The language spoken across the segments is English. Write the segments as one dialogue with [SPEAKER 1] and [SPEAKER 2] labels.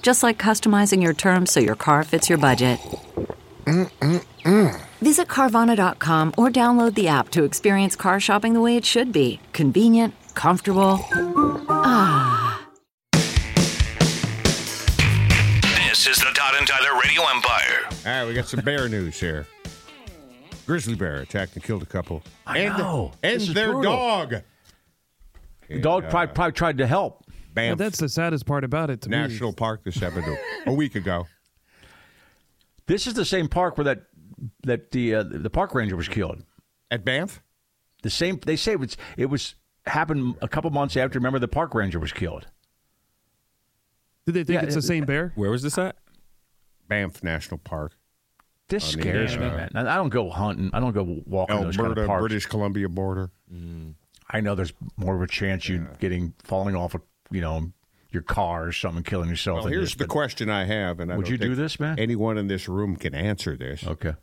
[SPEAKER 1] Just like customizing your terms so your car fits your budget. Visit Carvana.com or download the app to experience car shopping the way it should be convenient, comfortable.
[SPEAKER 2] This is the Todd and Tyler Radio Empire.
[SPEAKER 3] All right, we got some bear news here. Grizzly bear attacked and killed a couple. I and
[SPEAKER 4] know.
[SPEAKER 3] and
[SPEAKER 4] This is
[SPEAKER 3] their
[SPEAKER 4] brutal.
[SPEAKER 3] dog.
[SPEAKER 4] The dog probably, probably tried to help.
[SPEAKER 5] Well,
[SPEAKER 3] Banff
[SPEAKER 5] that's the saddest part about it to me.
[SPEAKER 3] National Park this happened a week ago.
[SPEAKER 4] This is the same park where that that the uh, the park ranger was killed.
[SPEAKER 3] At Banff?
[SPEAKER 4] The same they say it was it was happened a couple months after. Remember the park ranger was killed.
[SPEAKER 5] Did they think
[SPEAKER 4] Yeah,
[SPEAKER 5] it's the
[SPEAKER 4] it-
[SPEAKER 5] same bear?
[SPEAKER 6] Where was this at?
[SPEAKER 3] Banff National Park.
[SPEAKER 4] This
[SPEAKER 3] On the
[SPEAKER 4] scares me, man.
[SPEAKER 3] internet.
[SPEAKER 4] I I don't go hunting. I don't go walking those kind
[SPEAKER 3] Alberta,
[SPEAKER 4] of parks.
[SPEAKER 3] British Columbia border.
[SPEAKER 4] I know there's more of a chance you getting falling off a you know your car or something, killing yourself.
[SPEAKER 3] Well,
[SPEAKER 4] than
[SPEAKER 3] Oh, here's
[SPEAKER 4] this,
[SPEAKER 3] the
[SPEAKER 4] but-
[SPEAKER 3] question I have, and I
[SPEAKER 4] Would
[SPEAKER 3] don't
[SPEAKER 4] you do
[SPEAKER 3] think
[SPEAKER 4] this, man?
[SPEAKER 3] Anyone in this room can answer this.
[SPEAKER 4] Okay.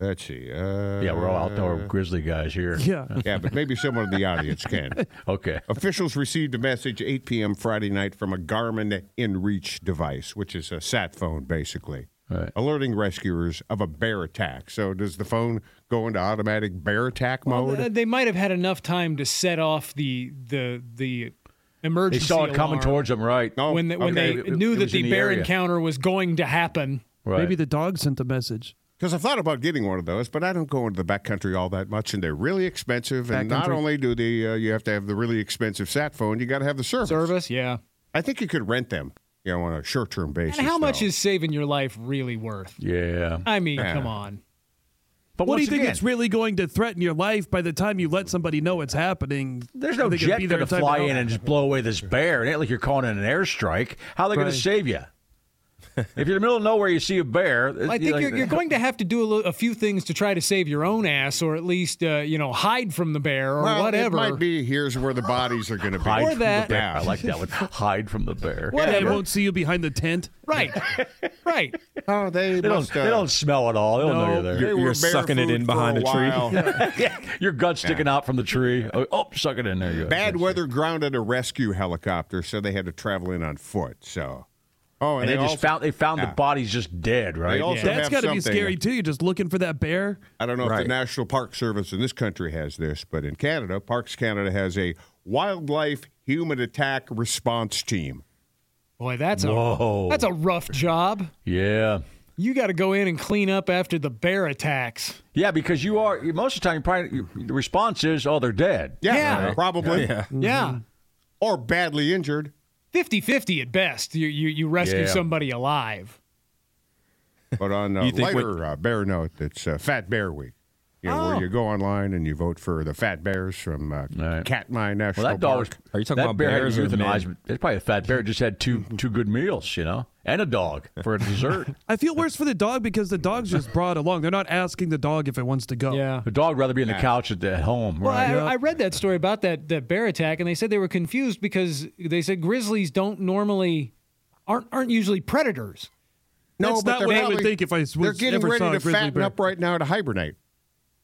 [SPEAKER 3] Let's see. Uh,
[SPEAKER 4] Yeah, we're all outdoor grizzly guys here.
[SPEAKER 5] Yeah.
[SPEAKER 3] Yeah, but maybe someone in the audience can.
[SPEAKER 4] Okay.
[SPEAKER 3] Officials received a message 8 p.m. Friday night from a Garmin InReach device, which is a sat phone, basically,
[SPEAKER 4] Right.
[SPEAKER 3] alerting rescuers of a bear attack. So, does the phone go into automatic bear attack mode?
[SPEAKER 6] Uh, they might have had enough time to set off the the the
[SPEAKER 4] They
[SPEAKER 6] emergency.
[SPEAKER 4] saw it coming
[SPEAKER 6] alarm
[SPEAKER 4] towards them, right?
[SPEAKER 3] No.
[SPEAKER 6] when they, when
[SPEAKER 3] Okay.
[SPEAKER 6] they
[SPEAKER 4] It-
[SPEAKER 6] knew
[SPEAKER 4] it
[SPEAKER 6] that
[SPEAKER 4] was in
[SPEAKER 6] the,
[SPEAKER 4] the
[SPEAKER 6] bear
[SPEAKER 4] area.
[SPEAKER 6] encounter was going to happen.
[SPEAKER 4] Right.
[SPEAKER 5] Maybe the dog sent the message.
[SPEAKER 3] Because I've thought about getting one of those, but I don't go into the backcountry all that much, and they're really expensive. And not
[SPEAKER 5] Backcountry.
[SPEAKER 3] only do the uh, you have to have the really expensive sat phone, you got to have the service.
[SPEAKER 6] Service, yeah.
[SPEAKER 3] I think you could rent them, you know, on a short-term basis.
[SPEAKER 6] And how much
[SPEAKER 3] though.
[SPEAKER 6] is saving your life really worth?
[SPEAKER 4] yeah.
[SPEAKER 6] I mean,
[SPEAKER 3] Yeah.
[SPEAKER 6] come on.
[SPEAKER 4] But
[SPEAKER 5] what
[SPEAKER 4] once
[SPEAKER 5] do you think
[SPEAKER 4] again,
[SPEAKER 5] it's really going to threaten your life by the time you let somebody know it's happening?
[SPEAKER 4] There's no
[SPEAKER 5] Are they gonna
[SPEAKER 4] jet
[SPEAKER 5] be there
[SPEAKER 4] going to
[SPEAKER 5] in time
[SPEAKER 4] fly
[SPEAKER 5] help?
[SPEAKER 4] in and just blow away this bear. It ain't like you're calling in an airstrike. How are they going
[SPEAKER 5] Right.
[SPEAKER 4] to save you? if you're in the middle of nowhere, you see a bear.
[SPEAKER 6] I think you're, you're going to have to do a, lo- a few things to try to save your own ass, or at least uh, you know hide from the bear or
[SPEAKER 3] Well,
[SPEAKER 6] whatever.
[SPEAKER 3] It might be here's where the bodies are going to be.
[SPEAKER 4] hide
[SPEAKER 6] or
[SPEAKER 4] from
[SPEAKER 6] that.
[SPEAKER 4] The bear.
[SPEAKER 3] Yeah.
[SPEAKER 4] I like that one. hide from the bear.
[SPEAKER 5] They
[SPEAKER 6] whatever.
[SPEAKER 5] won't see you behind the tent.
[SPEAKER 6] Right, right.
[SPEAKER 3] Oh, they,
[SPEAKER 4] They don't,
[SPEAKER 3] must. uh,
[SPEAKER 4] they don't smell at all. They don't know you're there.
[SPEAKER 3] they
[SPEAKER 6] You're-
[SPEAKER 3] were
[SPEAKER 6] you're
[SPEAKER 3] bear
[SPEAKER 6] sucking it
[SPEAKER 3] food
[SPEAKER 6] in
[SPEAKER 3] for
[SPEAKER 6] behind a tree.
[SPEAKER 3] while.
[SPEAKER 4] Your gut sticking out from the tree. Oh, oh, suck it in there. You go.
[SPEAKER 3] Bad weather grounded a rescue helicopter, so they had to travel in on foot. So, oh,
[SPEAKER 4] And
[SPEAKER 3] and,
[SPEAKER 4] they, just
[SPEAKER 3] also-
[SPEAKER 4] found they found
[SPEAKER 3] Yeah.
[SPEAKER 4] the bodies just dead, right?
[SPEAKER 3] They also have
[SPEAKER 5] That's got to be
[SPEAKER 3] something.
[SPEAKER 5] scary too. You're just looking for that bear.
[SPEAKER 3] I don't know if
[SPEAKER 6] Right.
[SPEAKER 3] the National Park Service in this country has this, but in Canada, Parks Canada has a wildlife human attack response team.
[SPEAKER 6] Boy, that's
[SPEAKER 4] Whoa.
[SPEAKER 6] a that's a rough job.
[SPEAKER 4] Oh, yeah.
[SPEAKER 6] You got to go in and clean up after the bear attacks.
[SPEAKER 4] Yeah, because you are most of the time. Probably, the response is, "Oh, they're dead."
[SPEAKER 6] Yeah.
[SPEAKER 3] probably, Mm-hmm.
[SPEAKER 6] Yeah.
[SPEAKER 3] or badly injured.
[SPEAKER 6] 50 50 at best. You, you, you rescue
[SPEAKER 4] Yeah.
[SPEAKER 6] somebody alive.
[SPEAKER 3] But on a
[SPEAKER 6] You think
[SPEAKER 3] lighter uh, bear note, it's uh, Fat Bear Week. You know, where you go online and you vote for the fat bears from uh,
[SPEAKER 4] Right.
[SPEAKER 3] Katmai National
[SPEAKER 4] Well, that dog.
[SPEAKER 3] Park.
[SPEAKER 4] Was,
[SPEAKER 6] Are you talking
[SPEAKER 4] that
[SPEAKER 6] about
[SPEAKER 4] bear
[SPEAKER 6] bears
[SPEAKER 4] had
[SPEAKER 6] or
[SPEAKER 4] to
[SPEAKER 6] men?
[SPEAKER 4] euthanize? It's probably a fat bear. Just had two two good meals, you know, and a dog for a dessert.
[SPEAKER 5] I feel worse for the dog because the dog's just brought along. They're not asking the dog if it wants to go.
[SPEAKER 6] Yeah.
[SPEAKER 4] the dog rather be on the couch at, the, at home,
[SPEAKER 6] Well,
[SPEAKER 4] right?
[SPEAKER 6] I, I read that story about that, that bear attack, and they said they were confused because they said grizzlies don't normally, aren't, aren't usually predators.
[SPEAKER 5] That's
[SPEAKER 3] but
[SPEAKER 5] not
[SPEAKER 3] they're
[SPEAKER 5] what I would
[SPEAKER 3] probably-
[SPEAKER 5] think if I was-
[SPEAKER 3] They're getting
[SPEAKER 5] ever
[SPEAKER 3] ready
[SPEAKER 5] saw
[SPEAKER 3] to
[SPEAKER 5] a grizzly
[SPEAKER 3] fatten
[SPEAKER 5] bear.
[SPEAKER 3] up right now to hibernate.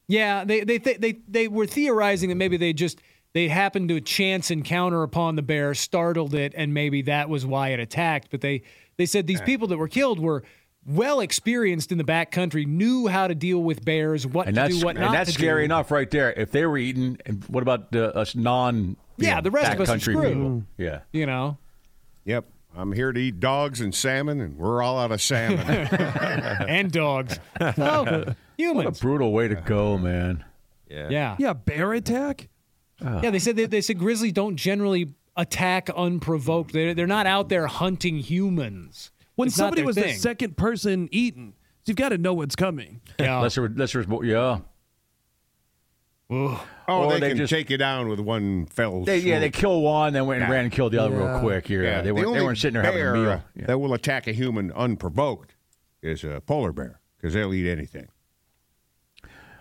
[SPEAKER 6] Yeah, they, they, they, they, they were theorizing that maybe they just, they happened to chance encounter upon the bear, startled it, and maybe that was why it attacked. But they, they said these people that were killed were well experienced in the backcountry, knew how to deal with bears, what
[SPEAKER 4] and
[SPEAKER 6] to
[SPEAKER 4] that's
[SPEAKER 6] do, what not
[SPEAKER 4] and that's
[SPEAKER 6] to
[SPEAKER 4] scary
[SPEAKER 6] do.
[SPEAKER 4] enough, right there. If they were eating, and what about the, us non? you
[SPEAKER 6] Yeah,
[SPEAKER 4] know,
[SPEAKER 6] the rest of us are
[SPEAKER 4] backcountry
[SPEAKER 6] screwed.
[SPEAKER 4] people? Yeah.
[SPEAKER 6] You know?
[SPEAKER 3] Yep. I'm here to eat dogs and salmon, and we're all out of salmon.
[SPEAKER 6] and dogs. Oh,
[SPEAKER 4] A
[SPEAKER 6] humans.
[SPEAKER 4] brutal way to go, man.
[SPEAKER 6] Yeah.
[SPEAKER 5] Yeah, bear attack?
[SPEAKER 6] Yeah, they said they, they said grizzlies don't generally attack unprovoked. They're, they're not out there hunting humans.
[SPEAKER 5] When
[SPEAKER 6] It's not
[SPEAKER 5] somebody
[SPEAKER 6] their
[SPEAKER 5] was
[SPEAKER 6] thing.
[SPEAKER 5] the second person eaten, so you've got to know what's coming.
[SPEAKER 6] Yeah.
[SPEAKER 4] Lesser, lesser, is more- yeah.
[SPEAKER 3] oh,
[SPEAKER 4] Or
[SPEAKER 3] they,
[SPEAKER 4] they
[SPEAKER 3] can
[SPEAKER 4] just-
[SPEAKER 3] take you down with one fell
[SPEAKER 4] They, yeah,
[SPEAKER 3] swoop.
[SPEAKER 4] they kill one, then went and ran and killed the other real quick. Yeah,
[SPEAKER 3] Yeah,
[SPEAKER 4] they
[SPEAKER 3] the
[SPEAKER 4] weren't. They
[SPEAKER 3] only
[SPEAKER 4] weren't sitting there having a
[SPEAKER 3] bear uh,
[SPEAKER 4] meal. Yeah.
[SPEAKER 3] That will attack a human unprovoked is a polar bear because they'll eat anything.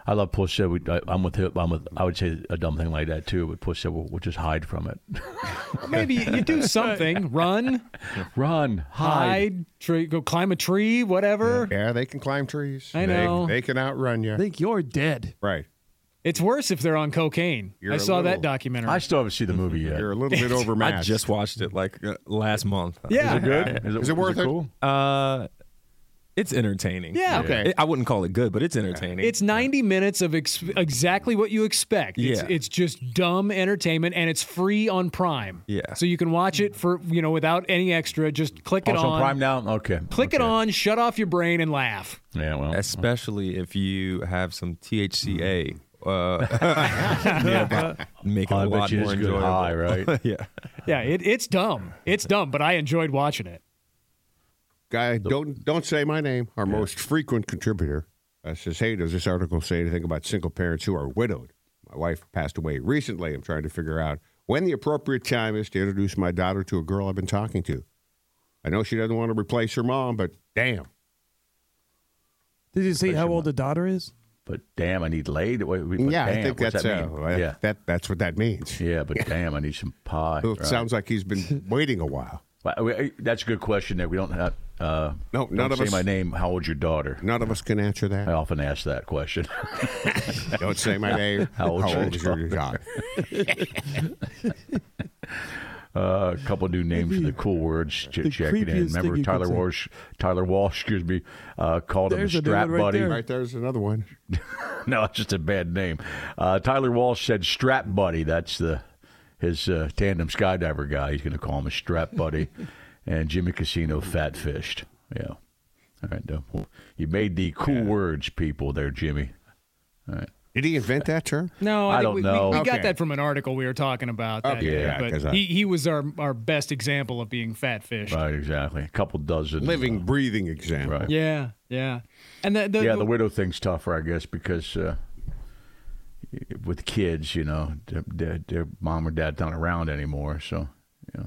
[SPEAKER 4] I love Puss said. We, I, I'm with him. I'm with. I would say a dumb thing like that too. But Puss said, "We'll, we'll just hide from it.
[SPEAKER 6] Maybe you, you do something. Run,
[SPEAKER 4] Run, hide."
[SPEAKER 6] hide, tree, go climb a tree, whatever.
[SPEAKER 3] Yeah, they can climb trees.
[SPEAKER 6] I
[SPEAKER 3] They-
[SPEAKER 6] know.
[SPEAKER 3] they, can outrun you.
[SPEAKER 5] I think you're dead.
[SPEAKER 3] right.
[SPEAKER 6] It's worse if they're on cocaine.
[SPEAKER 3] You're
[SPEAKER 6] I
[SPEAKER 3] a
[SPEAKER 6] saw that
[SPEAKER 3] little-
[SPEAKER 6] documentary.
[SPEAKER 4] I still haven't seen the movie yet.
[SPEAKER 3] You're a little bit overmatched.
[SPEAKER 7] I just watched it like uh, last month.
[SPEAKER 6] yeah.
[SPEAKER 4] Good. Is it,
[SPEAKER 3] it worth it?
[SPEAKER 4] Cool?
[SPEAKER 7] Uh, it's entertaining.
[SPEAKER 6] Yeah.
[SPEAKER 3] Okay.
[SPEAKER 7] It- I wouldn't call it good, but it's entertaining.
[SPEAKER 6] It's 90 minutes of ex- exactly what you expect. It's,
[SPEAKER 7] Yeah.
[SPEAKER 6] it's just dumb entertainment and it's free on Prime.
[SPEAKER 7] Yeah.
[SPEAKER 6] So you can watch it for, you know, without any extra. Just click it
[SPEAKER 4] Also
[SPEAKER 6] on.
[SPEAKER 4] Prime now. Okay.
[SPEAKER 6] Click it
[SPEAKER 4] Okay.
[SPEAKER 6] on, shut off your brain, and laugh.
[SPEAKER 4] Yeah. Well.
[SPEAKER 7] especially if you have some THCA. Uh, nearby. make it
[SPEAKER 4] Mm. I
[SPEAKER 7] a
[SPEAKER 4] bet
[SPEAKER 7] lot
[SPEAKER 4] you
[SPEAKER 7] more
[SPEAKER 4] it's good
[SPEAKER 7] enjoyable.
[SPEAKER 4] high, right?
[SPEAKER 7] yeah.
[SPEAKER 6] Yeah, it, it's dumb. It's dumb, but I enjoyed watching it.
[SPEAKER 3] guy don't don't say my name our most frequent contributor uh, says hey does this article say anything about single parents who are widowed my wife passed away recently i'm trying to figure out when the appropriate time is to introduce my daughter to a girl i've been talking to i know she doesn't want to replace her mom but damn
[SPEAKER 5] Did you see how old the daughter is?
[SPEAKER 4] But damn, I need laid. Wait, wait, but
[SPEAKER 3] yeah i
[SPEAKER 4] damn,
[SPEAKER 3] think
[SPEAKER 4] what's
[SPEAKER 3] that's
[SPEAKER 4] that mean?
[SPEAKER 3] uh, uh,
[SPEAKER 4] yeah.
[SPEAKER 3] that that's what that means
[SPEAKER 4] Yeah, but damn, I need some pie.
[SPEAKER 3] Well, it
[SPEAKER 4] right?
[SPEAKER 3] sounds like he's been waiting a while
[SPEAKER 4] Well, we- That's a good question. That we don't have. Uh,
[SPEAKER 3] No,
[SPEAKER 4] don't
[SPEAKER 3] none of
[SPEAKER 4] say
[SPEAKER 3] us-
[SPEAKER 4] my name. How old's your daughter?
[SPEAKER 3] none of us can answer
[SPEAKER 4] I
[SPEAKER 3] that
[SPEAKER 4] often ask that question.
[SPEAKER 3] don't say my name
[SPEAKER 4] How old's your
[SPEAKER 3] is your daughter
[SPEAKER 4] Uh, a couple new names for the cool words. Ch-
[SPEAKER 5] the
[SPEAKER 4] checking in.
[SPEAKER 5] creepiest
[SPEAKER 4] Remember
[SPEAKER 5] thing you
[SPEAKER 4] Tyler
[SPEAKER 5] could say.
[SPEAKER 4] Walsh? Tyler Walsh, excuse me, uh, called
[SPEAKER 5] There's
[SPEAKER 4] him
[SPEAKER 5] a
[SPEAKER 4] a
[SPEAKER 5] new
[SPEAKER 4] strap
[SPEAKER 5] one right
[SPEAKER 4] buddy.
[SPEAKER 5] there.
[SPEAKER 3] right there's another one
[SPEAKER 4] no, it's just a bad name. Uh, Tyler Walsh said strap buddy. That's the his uh, tandem skydiver guy. He's going to call him a strap buddy. and Jimmy Casino fat fished. Yeah. All right. though. Well, you made the cool words, people. There, Jimmy.
[SPEAKER 3] did he invent that term
[SPEAKER 6] No, I,
[SPEAKER 4] I
[SPEAKER 6] think
[SPEAKER 4] don't
[SPEAKER 6] we,
[SPEAKER 4] know.
[SPEAKER 6] We, we got
[SPEAKER 3] Okay.
[SPEAKER 6] that from an article we were talking about. That,
[SPEAKER 3] Okay, yeah,
[SPEAKER 6] but
[SPEAKER 3] 'cause I-
[SPEAKER 6] he, he was our, our best example of being fat fish.
[SPEAKER 4] Right. Exactly. A couple dozen
[SPEAKER 3] living breathing example
[SPEAKER 4] Right.
[SPEAKER 6] Yeah, yeah. And the, the,
[SPEAKER 4] uh, yeah,
[SPEAKER 6] the-
[SPEAKER 4] the widow thing's tougher, I guess, because uh, with kids, you know, their, their, their mom or dad's not around anymore. So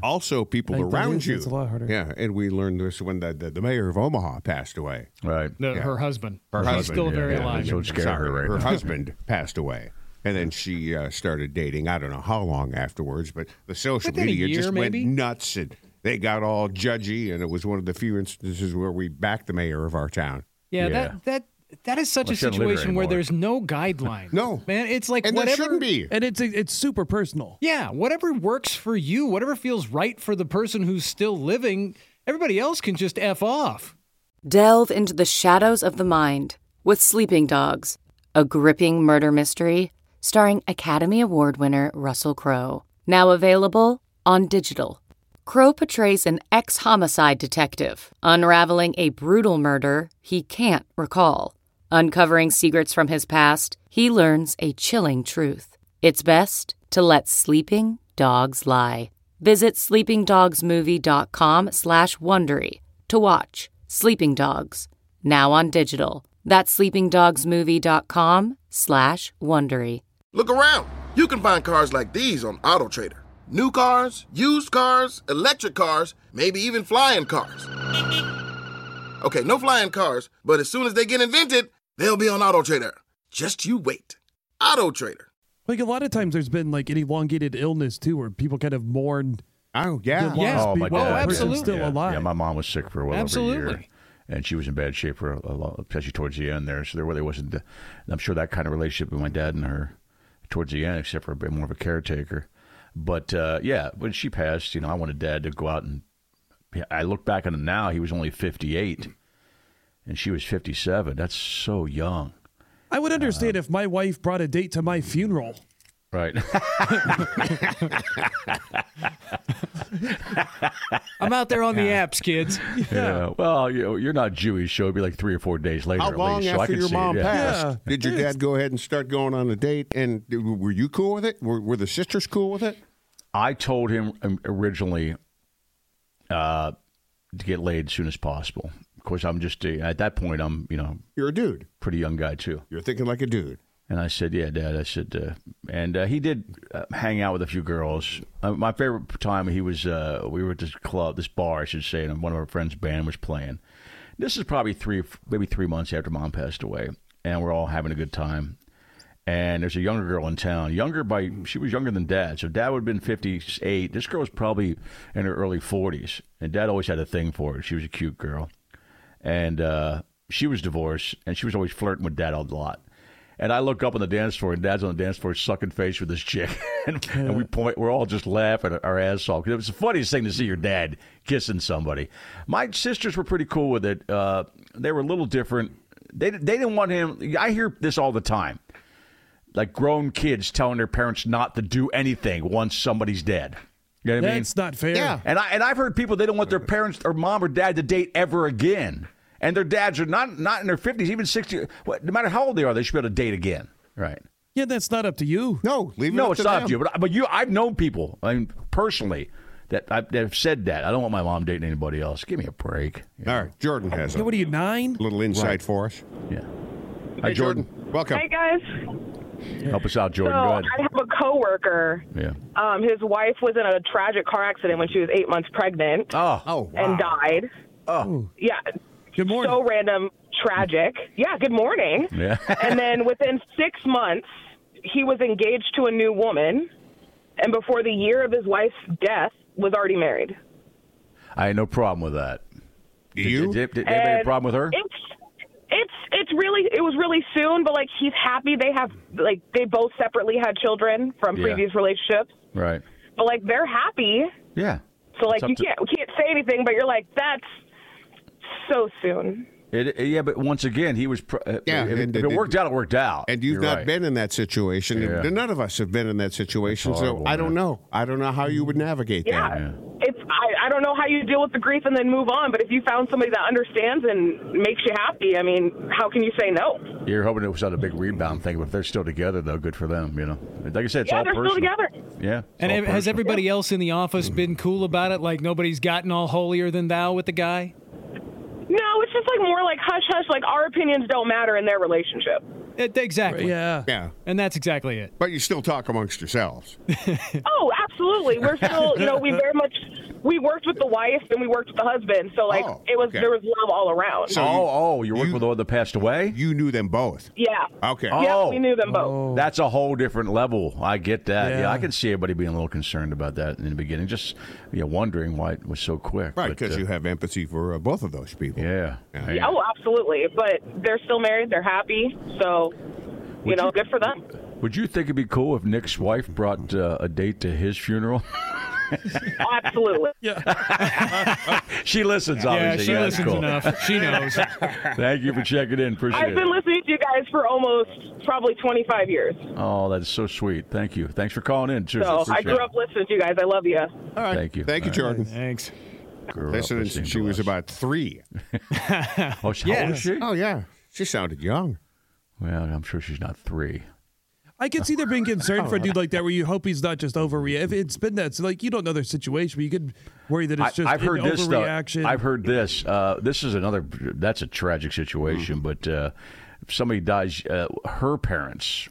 [SPEAKER 3] also people
[SPEAKER 5] Like, that
[SPEAKER 3] around
[SPEAKER 5] is-
[SPEAKER 3] you.
[SPEAKER 5] it's a lot harder.
[SPEAKER 3] Yeah, and we learned this when the, the, the mayor of Omaha passed away.
[SPEAKER 4] right,
[SPEAKER 6] the- her husband.
[SPEAKER 3] Her
[SPEAKER 6] She's
[SPEAKER 3] husband,
[SPEAKER 6] still
[SPEAKER 3] yeah,
[SPEAKER 6] very
[SPEAKER 3] yeah,
[SPEAKER 6] alive.
[SPEAKER 4] so it scared
[SPEAKER 3] Sorry,
[SPEAKER 4] her right
[SPEAKER 3] her
[SPEAKER 4] now.
[SPEAKER 3] husband passed away. And then she uh, started dating. I don't know how long afterwards, but the social
[SPEAKER 6] Within a
[SPEAKER 3] media
[SPEAKER 6] year,
[SPEAKER 3] just
[SPEAKER 6] maybe?
[SPEAKER 3] went nuts, and they got all judgy. And it was one of the few instances where we backed the mayor of our town.
[SPEAKER 6] Yeah,
[SPEAKER 4] Yeah.
[SPEAKER 6] that that that is such
[SPEAKER 4] Well,
[SPEAKER 6] a
[SPEAKER 4] she doesn't live here
[SPEAKER 6] situation where
[SPEAKER 4] anymore.
[SPEAKER 6] there's no guideline.
[SPEAKER 3] No.
[SPEAKER 6] man, it's like
[SPEAKER 3] And there
[SPEAKER 6] whatever.
[SPEAKER 3] shouldn't be.
[SPEAKER 5] And it's it's super personal.
[SPEAKER 6] Yeah, whatever works for you, whatever feels right for the person who's still living. Everybody else can just f off.
[SPEAKER 8] Delve into the shadows of the mind with Sleeping Dogs, a gripping murder mystery starring Academy Award winner Russell Crowe. Now available on digital. Crowe portrays an ex homicide detective unraveling a brutal murder he can't recall. Uncovering secrets from his past, he learns a chilling truth. It's best to let sleeping dogs lie. Visit sleepingdogsmovie.com slash Wondery to watch Sleeping Dogs, now on digital. That's sleepingdogsmovie.com slash Wondery.
[SPEAKER 9] Look around. You can find cars like these on AutoTrader. New cars, used cars, electric cars, maybe even flying cars. Okay, no flying cars, but as soon as they get invented, they'll be on AutoTrader. Just you wait. AutoTrader.
[SPEAKER 5] Like a lot of times, there's been like an elongated illness too, where people kind of mourn.
[SPEAKER 3] Oh, yeah.
[SPEAKER 5] the loss
[SPEAKER 6] Yeah.
[SPEAKER 4] Oh, my
[SPEAKER 5] people-
[SPEAKER 6] Oh,
[SPEAKER 4] dad.
[SPEAKER 5] the person's
[SPEAKER 6] absolutely.
[SPEAKER 5] Still
[SPEAKER 4] yeah.
[SPEAKER 5] alive.
[SPEAKER 4] Yeah, my mom was sick for well over a year.
[SPEAKER 6] Absolutely.
[SPEAKER 4] And she was in bad shape for a a lot, especially towards the end there. So there really wasn't, the, I'm sure that kind of relationship with my dad and her towards the end, except for a bit more of a caretaker. But uh, yeah, when she passed, you know, I wanted dad to go out and, I look back on him now, he was only 58 and she was 57. That's so young.
[SPEAKER 2] Uh-huh.
[SPEAKER 5] I would understand if my wife brought a date to my funeral.
[SPEAKER 4] Right.
[SPEAKER 6] I'm out there on the apps, kids.
[SPEAKER 4] Yeah. Well, you- you're not Jewish, so it'd be like three or four days later.
[SPEAKER 3] How
[SPEAKER 4] at
[SPEAKER 3] long
[SPEAKER 4] least, so I
[SPEAKER 3] after
[SPEAKER 4] can
[SPEAKER 3] your
[SPEAKER 4] see it,
[SPEAKER 3] mom
[SPEAKER 4] yeah.
[SPEAKER 3] passed did your dad go ahead and start going on a date? And were you cool with it? Were, were the sisters cool with it?
[SPEAKER 4] I told him um, originally uh, to get laid as soon as possible. Of course, I'm just a, at that point. I'm you know
[SPEAKER 3] you're a dude,
[SPEAKER 4] pretty young guy too.
[SPEAKER 3] You're thinking like a dude.
[SPEAKER 4] And I said, "Yeah, Dad." I said, uh, and uh, he did uh, hang out with a few girls. Uh, my favorite time he was, uh, we were at this club, this bar, I should say, and one of our friends' band was playing. This is probably three, maybe three months after Mom passed away, and we're all having a good time. And there's a younger girl in town, younger by she was younger than Dad, so Dad would have been 58. This girl was probably in her early 40s, and Dad always had a thing for her. She was a cute girl and uh, she was divorced, and she was always flirting with dad a lot. And I look up on the dance floor, and dad's on the dance floor sucking face with this chick, and, and we point. We're all just laughing our ass off 'Cause it was the funniest thing to see your dad kissing somebody. My sisters were pretty cool with it. Uh, they were a little different. They they didn't want him. I hear this all the time, like grown kids telling their parents not to do anything once somebody's dead. You know what I mean?
[SPEAKER 5] That's not fair.
[SPEAKER 4] Yeah. And I and I've heard people they don't want their parents or mom or dad to date ever again. And their dads are not not in their fifties, even sixty. What, no matter how old they are, they should be able to date again. Right.
[SPEAKER 5] Yeah, that's not up to you.
[SPEAKER 3] No, leave
[SPEAKER 4] no, it's not up to you. But but you, I've known people, I mean, personally, that, I, that have said that. I don't want my mom dating anybody else. Give me a break.
[SPEAKER 3] All right, Jordan has
[SPEAKER 5] Yeah, what are you nine?
[SPEAKER 3] little insight for us.
[SPEAKER 4] Yeah. Hi, Jordan.
[SPEAKER 3] Welcome.
[SPEAKER 10] Hey guys.
[SPEAKER 4] Help us out, Jordan.
[SPEAKER 10] so
[SPEAKER 4] Go ahead.
[SPEAKER 10] I have a coworker.
[SPEAKER 4] Yeah.
[SPEAKER 10] Um, his wife was in a tragic car accident when she was eight months pregnant.
[SPEAKER 4] Oh. Oh.
[SPEAKER 10] And died.
[SPEAKER 4] Oh.
[SPEAKER 10] Yeah.
[SPEAKER 5] Good morning.
[SPEAKER 10] So random, tragic. Yeah. Good morning.
[SPEAKER 4] Yeah.
[SPEAKER 10] and then within six months, he was engaged to a new woman, and before the year of his wife's death, was already married.
[SPEAKER 4] I had no problem with that. Did you? Did, did, did anybody have a
[SPEAKER 10] And
[SPEAKER 4] problem with her?
[SPEAKER 10] It's it's it's really it was really soon, but like he's happy they have like they both separately had children from
[SPEAKER 4] Yeah.
[SPEAKER 10] previous relationships,
[SPEAKER 4] Right.
[SPEAKER 10] but like they're happy.
[SPEAKER 4] Yeah.
[SPEAKER 10] So like
[SPEAKER 4] It's up
[SPEAKER 10] you
[SPEAKER 4] to-
[SPEAKER 10] can't we can't say anything, but you're like that's so soon.
[SPEAKER 4] It, it- yeah, but once again, he was. Pr- yeah,
[SPEAKER 3] Yeah,
[SPEAKER 4] if, it-
[SPEAKER 3] and-
[SPEAKER 4] if it
[SPEAKER 3] and-
[SPEAKER 4] worked out, it worked out.
[SPEAKER 3] And you've
[SPEAKER 4] You're
[SPEAKER 3] not
[SPEAKER 4] right.
[SPEAKER 3] been in that situation.
[SPEAKER 4] Yeah.
[SPEAKER 3] None of us have been in that situation,
[SPEAKER 4] It's
[SPEAKER 3] so
[SPEAKER 4] horrible,
[SPEAKER 3] I don't
[SPEAKER 4] man.
[SPEAKER 3] know. I don't know how you would navigate that.
[SPEAKER 10] Yeah. It's I, I don't know how you deal with the grief and then move on, but if you found somebody that understands and makes you happy, I mean, how can you say no?
[SPEAKER 4] You're hoping it was not a big rebound thing, but if they're still together, though, good for them. You know, like I said, it's
[SPEAKER 10] yeah,
[SPEAKER 4] all
[SPEAKER 10] they're
[SPEAKER 4] personal.
[SPEAKER 10] still together.
[SPEAKER 4] Yeah. it's
[SPEAKER 6] And
[SPEAKER 4] all
[SPEAKER 6] ev- has
[SPEAKER 4] personal.
[SPEAKER 6] everybody else in the office
[SPEAKER 4] Mm-hmm.
[SPEAKER 6] been cool about it? Like nobody's gotten all holier than thou with the guy?
[SPEAKER 10] No, it's just like more like hush hush, like our opinions don't matter in their relationship.
[SPEAKER 6] It, E, exactly.
[SPEAKER 5] Yeah.
[SPEAKER 3] Yeah.
[SPEAKER 6] And that's exactly it.
[SPEAKER 3] But you still talk amongst yourselves.
[SPEAKER 10] Oh, absolutely. We're still, you know, we very much we worked with the wife and we worked with the husband. So like
[SPEAKER 3] Oh,
[SPEAKER 10] it was
[SPEAKER 3] okay.
[SPEAKER 10] there was love all around.
[SPEAKER 3] So
[SPEAKER 4] oh,
[SPEAKER 3] you-
[SPEAKER 4] oh, you're working with the one that passed away.
[SPEAKER 3] You knew them both.
[SPEAKER 10] yeah.
[SPEAKER 3] Okay.
[SPEAKER 10] Yeah,
[SPEAKER 4] Oh.
[SPEAKER 10] we knew them both.
[SPEAKER 4] That's a whole different level. I get that. Yeah.
[SPEAKER 5] Yeah.
[SPEAKER 4] I can see everybody being a little concerned about that in the beginning, just you know, wondering why it was so quick.
[SPEAKER 3] Right,
[SPEAKER 4] But,
[SPEAKER 3] because
[SPEAKER 4] uh,
[SPEAKER 3] you have empathy for uh, both of those people.
[SPEAKER 4] Yeah.
[SPEAKER 3] Yeah.
[SPEAKER 10] Yeah, Oh, absolutely. But they're still married, they're happy. So you
[SPEAKER 4] Would
[SPEAKER 10] know,
[SPEAKER 4] you-
[SPEAKER 10] good for them.
[SPEAKER 4] Would you think it'd be cool if Nick's wife brought uh, a date to his funeral?
[SPEAKER 10] Absolutely.
[SPEAKER 4] she listens,
[SPEAKER 6] Yeah,
[SPEAKER 4] obviously.
[SPEAKER 6] she
[SPEAKER 4] that's
[SPEAKER 6] listens
[SPEAKER 4] cool.
[SPEAKER 6] enough. She knows.
[SPEAKER 4] Thank you for checking in. Appreciate
[SPEAKER 10] I've
[SPEAKER 4] it.
[SPEAKER 10] been listening to you guys for almost probably 25 years.
[SPEAKER 4] Oh, that's so sweet. Thank you. Thanks for calling in. Cheers.
[SPEAKER 10] So I
[SPEAKER 4] Appreciate
[SPEAKER 10] grew up
[SPEAKER 4] it.
[SPEAKER 10] listening to you guys. I love you.
[SPEAKER 4] Thank you.
[SPEAKER 3] Thank you,
[SPEAKER 4] All right.
[SPEAKER 3] Jordan.
[SPEAKER 6] Thanks.
[SPEAKER 4] Grew up
[SPEAKER 3] Listen,
[SPEAKER 4] listening
[SPEAKER 3] since she
[SPEAKER 4] to
[SPEAKER 3] was
[SPEAKER 4] us.
[SPEAKER 3] about three.
[SPEAKER 4] Oh, she, how old is
[SPEAKER 6] Yes.
[SPEAKER 4] she?
[SPEAKER 3] Oh, yeah. She sounded young.
[SPEAKER 4] Well, I'm sure she's not three.
[SPEAKER 5] I can see there being concern for a dude like that where you hope he's not just overreact. If it's been that, it's like you don't know their situation, but you could worry that it's just
[SPEAKER 4] I, have
[SPEAKER 5] an
[SPEAKER 4] heard this though.
[SPEAKER 5] overreaction.
[SPEAKER 4] I've heard this. Uh, this is another. That's a tragic situation.
[SPEAKER 5] Mm-hmm.
[SPEAKER 4] But uh, if somebody dies, uh, her parents.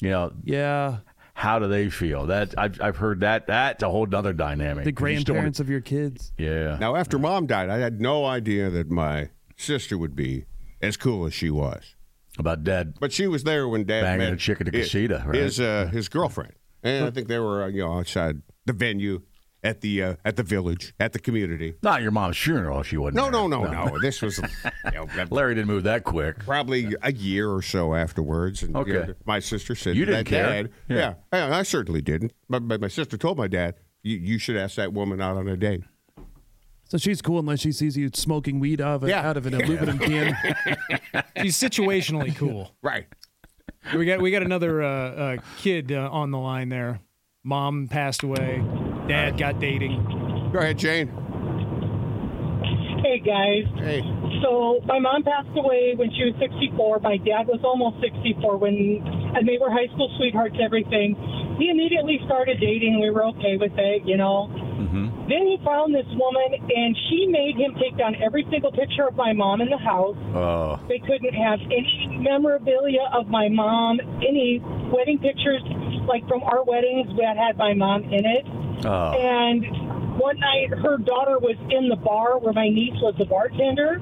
[SPEAKER 4] You know,
[SPEAKER 5] yeah.
[SPEAKER 4] how do they feel? That I've, I've heard that. That's a whole other dynamic.
[SPEAKER 5] The
[SPEAKER 4] 'Cause you still wanna-
[SPEAKER 5] grandparents of your kids.
[SPEAKER 4] yeah.
[SPEAKER 3] Now, after mom died, I had no idea that my sister would be as cool as she was.
[SPEAKER 4] About dad.
[SPEAKER 3] But she was there when Dad
[SPEAKER 4] Banging
[SPEAKER 3] met
[SPEAKER 4] a chick at a
[SPEAKER 3] his-
[SPEAKER 4] casita, right?
[SPEAKER 3] His uh, his girlfriend, and I think they were uh, you know outside the venue at the uh, at the village at the community.
[SPEAKER 4] Not your mom's funeral. She wasn't.
[SPEAKER 3] No,
[SPEAKER 4] there.
[SPEAKER 3] no, no, no. This was you know,
[SPEAKER 4] Larry didn't move that quick.
[SPEAKER 3] probably a year or so afterwards. And, you
[SPEAKER 4] Okay.
[SPEAKER 3] know, my sister said
[SPEAKER 4] You
[SPEAKER 3] to
[SPEAKER 4] didn't
[SPEAKER 3] that
[SPEAKER 4] care.
[SPEAKER 3] Dad,
[SPEAKER 4] Yeah.
[SPEAKER 3] yeah. yeah, I certainly didn't. But, but my sister told my dad, you, you should ask that woman out on a date.
[SPEAKER 5] So she's cool unless she sees you smoking weed out of,
[SPEAKER 3] Yeah.
[SPEAKER 5] out of an aluminum can.
[SPEAKER 6] She's situationally cool.
[SPEAKER 3] Right.
[SPEAKER 6] We got we got another uh, uh, kid uh, on the line there. Mom passed away. Dad got dating.
[SPEAKER 3] Go ahead, Jane.
[SPEAKER 11] Hey guys. Hey. So my mom passed away when she was 64. My dad was almost 64 when, and they were high school sweethearts. Everything. He immediately started dating. We were okay with it, you know.
[SPEAKER 4] Mm-hmm.
[SPEAKER 11] Then he found this woman, and she made him take down every single picture of my mom in the house.
[SPEAKER 4] Oh.
[SPEAKER 11] They couldn't have any memorabilia of my mom, any wedding pictures, like from our weddings that had my mom in it.
[SPEAKER 4] Oh.
[SPEAKER 11] And one night, her daughter was in the bar where my niece was the bartender,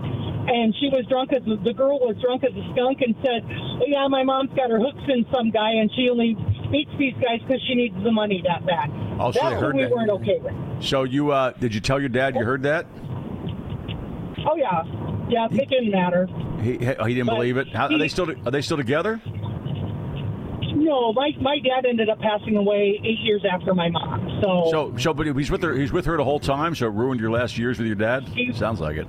[SPEAKER 11] and she was drunk as the girl was drunk as a skunk, and said, "Oh, "Yeah, my mom's got her hooks in some guy, and she only meets these guys because she needs the money that bad."
[SPEAKER 4] Oh, so they
[SPEAKER 11] That's what
[SPEAKER 4] heard
[SPEAKER 11] we
[SPEAKER 4] that.
[SPEAKER 11] weren't okay with.
[SPEAKER 4] So you uh, did you tell your dad you heard that?
[SPEAKER 11] Oh yeah, yeah, it didn't matter.
[SPEAKER 4] He he he didn't
[SPEAKER 11] But
[SPEAKER 4] believe it. How, are they
[SPEAKER 11] he-
[SPEAKER 4] still are they still together?
[SPEAKER 11] No, my my dad ended up passing away eight years after my mom. So,
[SPEAKER 4] So so but he's with her he's with her the whole time. So it ruined your last years with your dad. Sounds like it.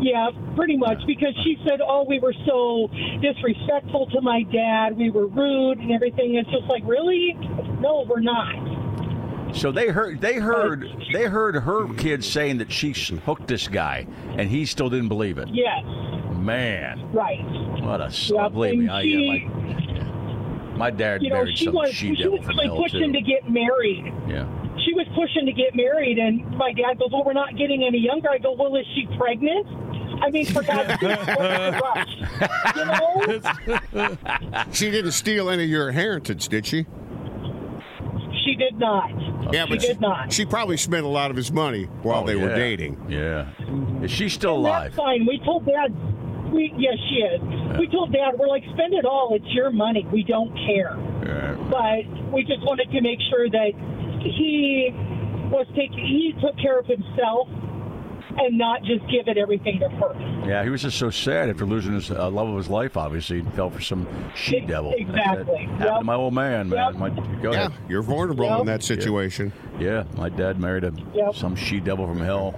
[SPEAKER 11] yeah, pretty much because she said, "Oh, we were so disrespectful to my dad. We were rude and everything." It's just like, really? No, we're not.
[SPEAKER 4] So they heard they heard they heard her kids saying that she s- hooked this guy, and he still didn't believe it.
[SPEAKER 11] Yes,
[SPEAKER 4] Man,
[SPEAKER 11] right.
[SPEAKER 4] what a s- believe me, I
[SPEAKER 11] and she-
[SPEAKER 4] yeah, my, my dad
[SPEAKER 11] you know,
[SPEAKER 4] married
[SPEAKER 11] she
[SPEAKER 4] some
[SPEAKER 11] was
[SPEAKER 4] she
[SPEAKER 11] she
[SPEAKER 4] devil
[SPEAKER 11] was
[SPEAKER 4] from
[SPEAKER 11] really
[SPEAKER 4] hell
[SPEAKER 11] pushing
[SPEAKER 4] too.
[SPEAKER 11] to get married.
[SPEAKER 4] yeah.
[SPEAKER 11] She was pushing to get married, and my dad goes, "Well, we're not getting any younger." I go, "Well, is she pregnant?" I mean, for God's sake, what's the rush? You know?
[SPEAKER 3] she didn't steal any of your inheritance, did she?
[SPEAKER 11] She did not.
[SPEAKER 3] Yeah,
[SPEAKER 11] she
[SPEAKER 3] but
[SPEAKER 11] did not.
[SPEAKER 3] she probably spent a lot of his money while they were
[SPEAKER 4] Oh, yeah.
[SPEAKER 3] dating.
[SPEAKER 4] Yeah. Is she still alive?
[SPEAKER 11] That's fine. We told Dad. We yes, she is. We told Dad we're like spend it all. It's your money. We don't care. But we just wanted to make sure that he was taking. He took care of himself and not just give it everything to her.
[SPEAKER 4] Yeah, he was just so sad after losing his uh, love of his life. Obviously, he fell for some she devil. That- that
[SPEAKER 11] Exactly.
[SPEAKER 4] happened to my old man, man. My, go ahead.
[SPEAKER 3] You're vulnerable in that situation.
[SPEAKER 4] Yeah, my dad married a some she devil from hell.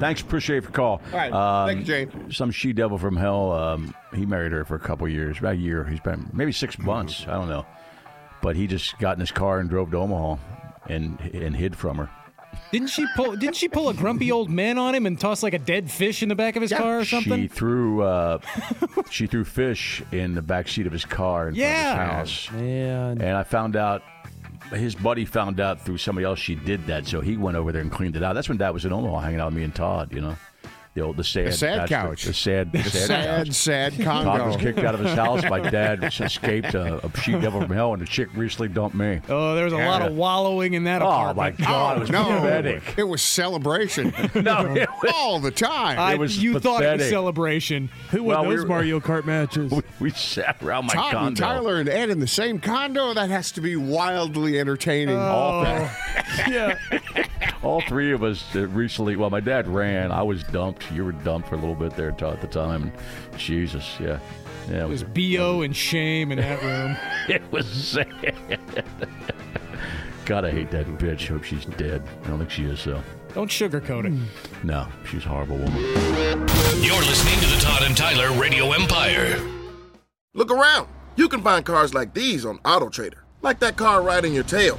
[SPEAKER 4] Thanks, appreciate your call. Um,
[SPEAKER 3] All right. Thank you, Jane.
[SPEAKER 4] Some she devil from hell. Um, he married her for a couple years, about a year. He's been maybe six
[SPEAKER 3] Mm-hmm.
[SPEAKER 4] months. I don't know, but he just got in his car and drove to Omaha, and and hid from her.
[SPEAKER 6] Didn't she pull? Didn't she pull a grumpy old man on him and toss like a dead fish in the back of his car or
[SPEAKER 4] She
[SPEAKER 6] something?
[SPEAKER 4] threw uh, she threw fish in the back seat of his car in
[SPEAKER 6] Yeah.
[SPEAKER 4] front of his house. And I found out his buddy found out through somebody else she did that, so he went over there and cleaned it out. That's when Dad was in Omaha hanging out with me and Todd, you know. The old the sad,
[SPEAKER 3] The sad
[SPEAKER 4] that's the-
[SPEAKER 3] couch.
[SPEAKER 4] The, sad the
[SPEAKER 3] The
[SPEAKER 4] sad,
[SPEAKER 3] sad,
[SPEAKER 4] couch.
[SPEAKER 3] sad
[SPEAKER 4] Todd
[SPEAKER 3] condo.
[SPEAKER 4] was kicked out of his house. My dad escaped a, a she devil from hell, and the chick recently dumped me.
[SPEAKER 6] Oh, there was a lot of wallowing in that
[SPEAKER 4] Oh,
[SPEAKER 6] apartment.
[SPEAKER 4] my God, it was
[SPEAKER 3] no.
[SPEAKER 4] pathetic.
[SPEAKER 3] It was celebration.
[SPEAKER 4] no, it was-
[SPEAKER 3] all the time.
[SPEAKER 6] I- you thought it was
[SPEAKER 4] pathetic.
[SPEAKER 6] celebration.
[SPEAKER 5] Who won those Mario Kart matches?
[SPEAKER 4] We, we sat around my
[SPEAKER 3] Todd and
[SPEAKER 4] condo.
[SPEAKER 3] Tyler and Ed in the same condo. That has to be wildly entertaining.
[SPEAKER 4] Awful. Oh,
[SPEAKER 5] yeah.
[SPEAKER 4] All three of us uh, recently. Well, my dad ran. I was dumped. You were dumped for a little bit there, Todd, at the time. And Jesus, yeah, yeah. It was,
[SPEAKER 6] Bo and shame in that room.
[SPEAKER 4] it was sad. God, I hate that bitch. Hope she's dead. I don't think she is. So,
[SPEAKER 6] Don't sugarcoat it.
[SPEAKER 4] no, she's a horrible woman.
[SPEAKER 2] You're listening to the Todd and Tyler Radio Empire.
[SPEAKER 9] Look around. You can find cars like these on AutoTrader, like that car right in your tail.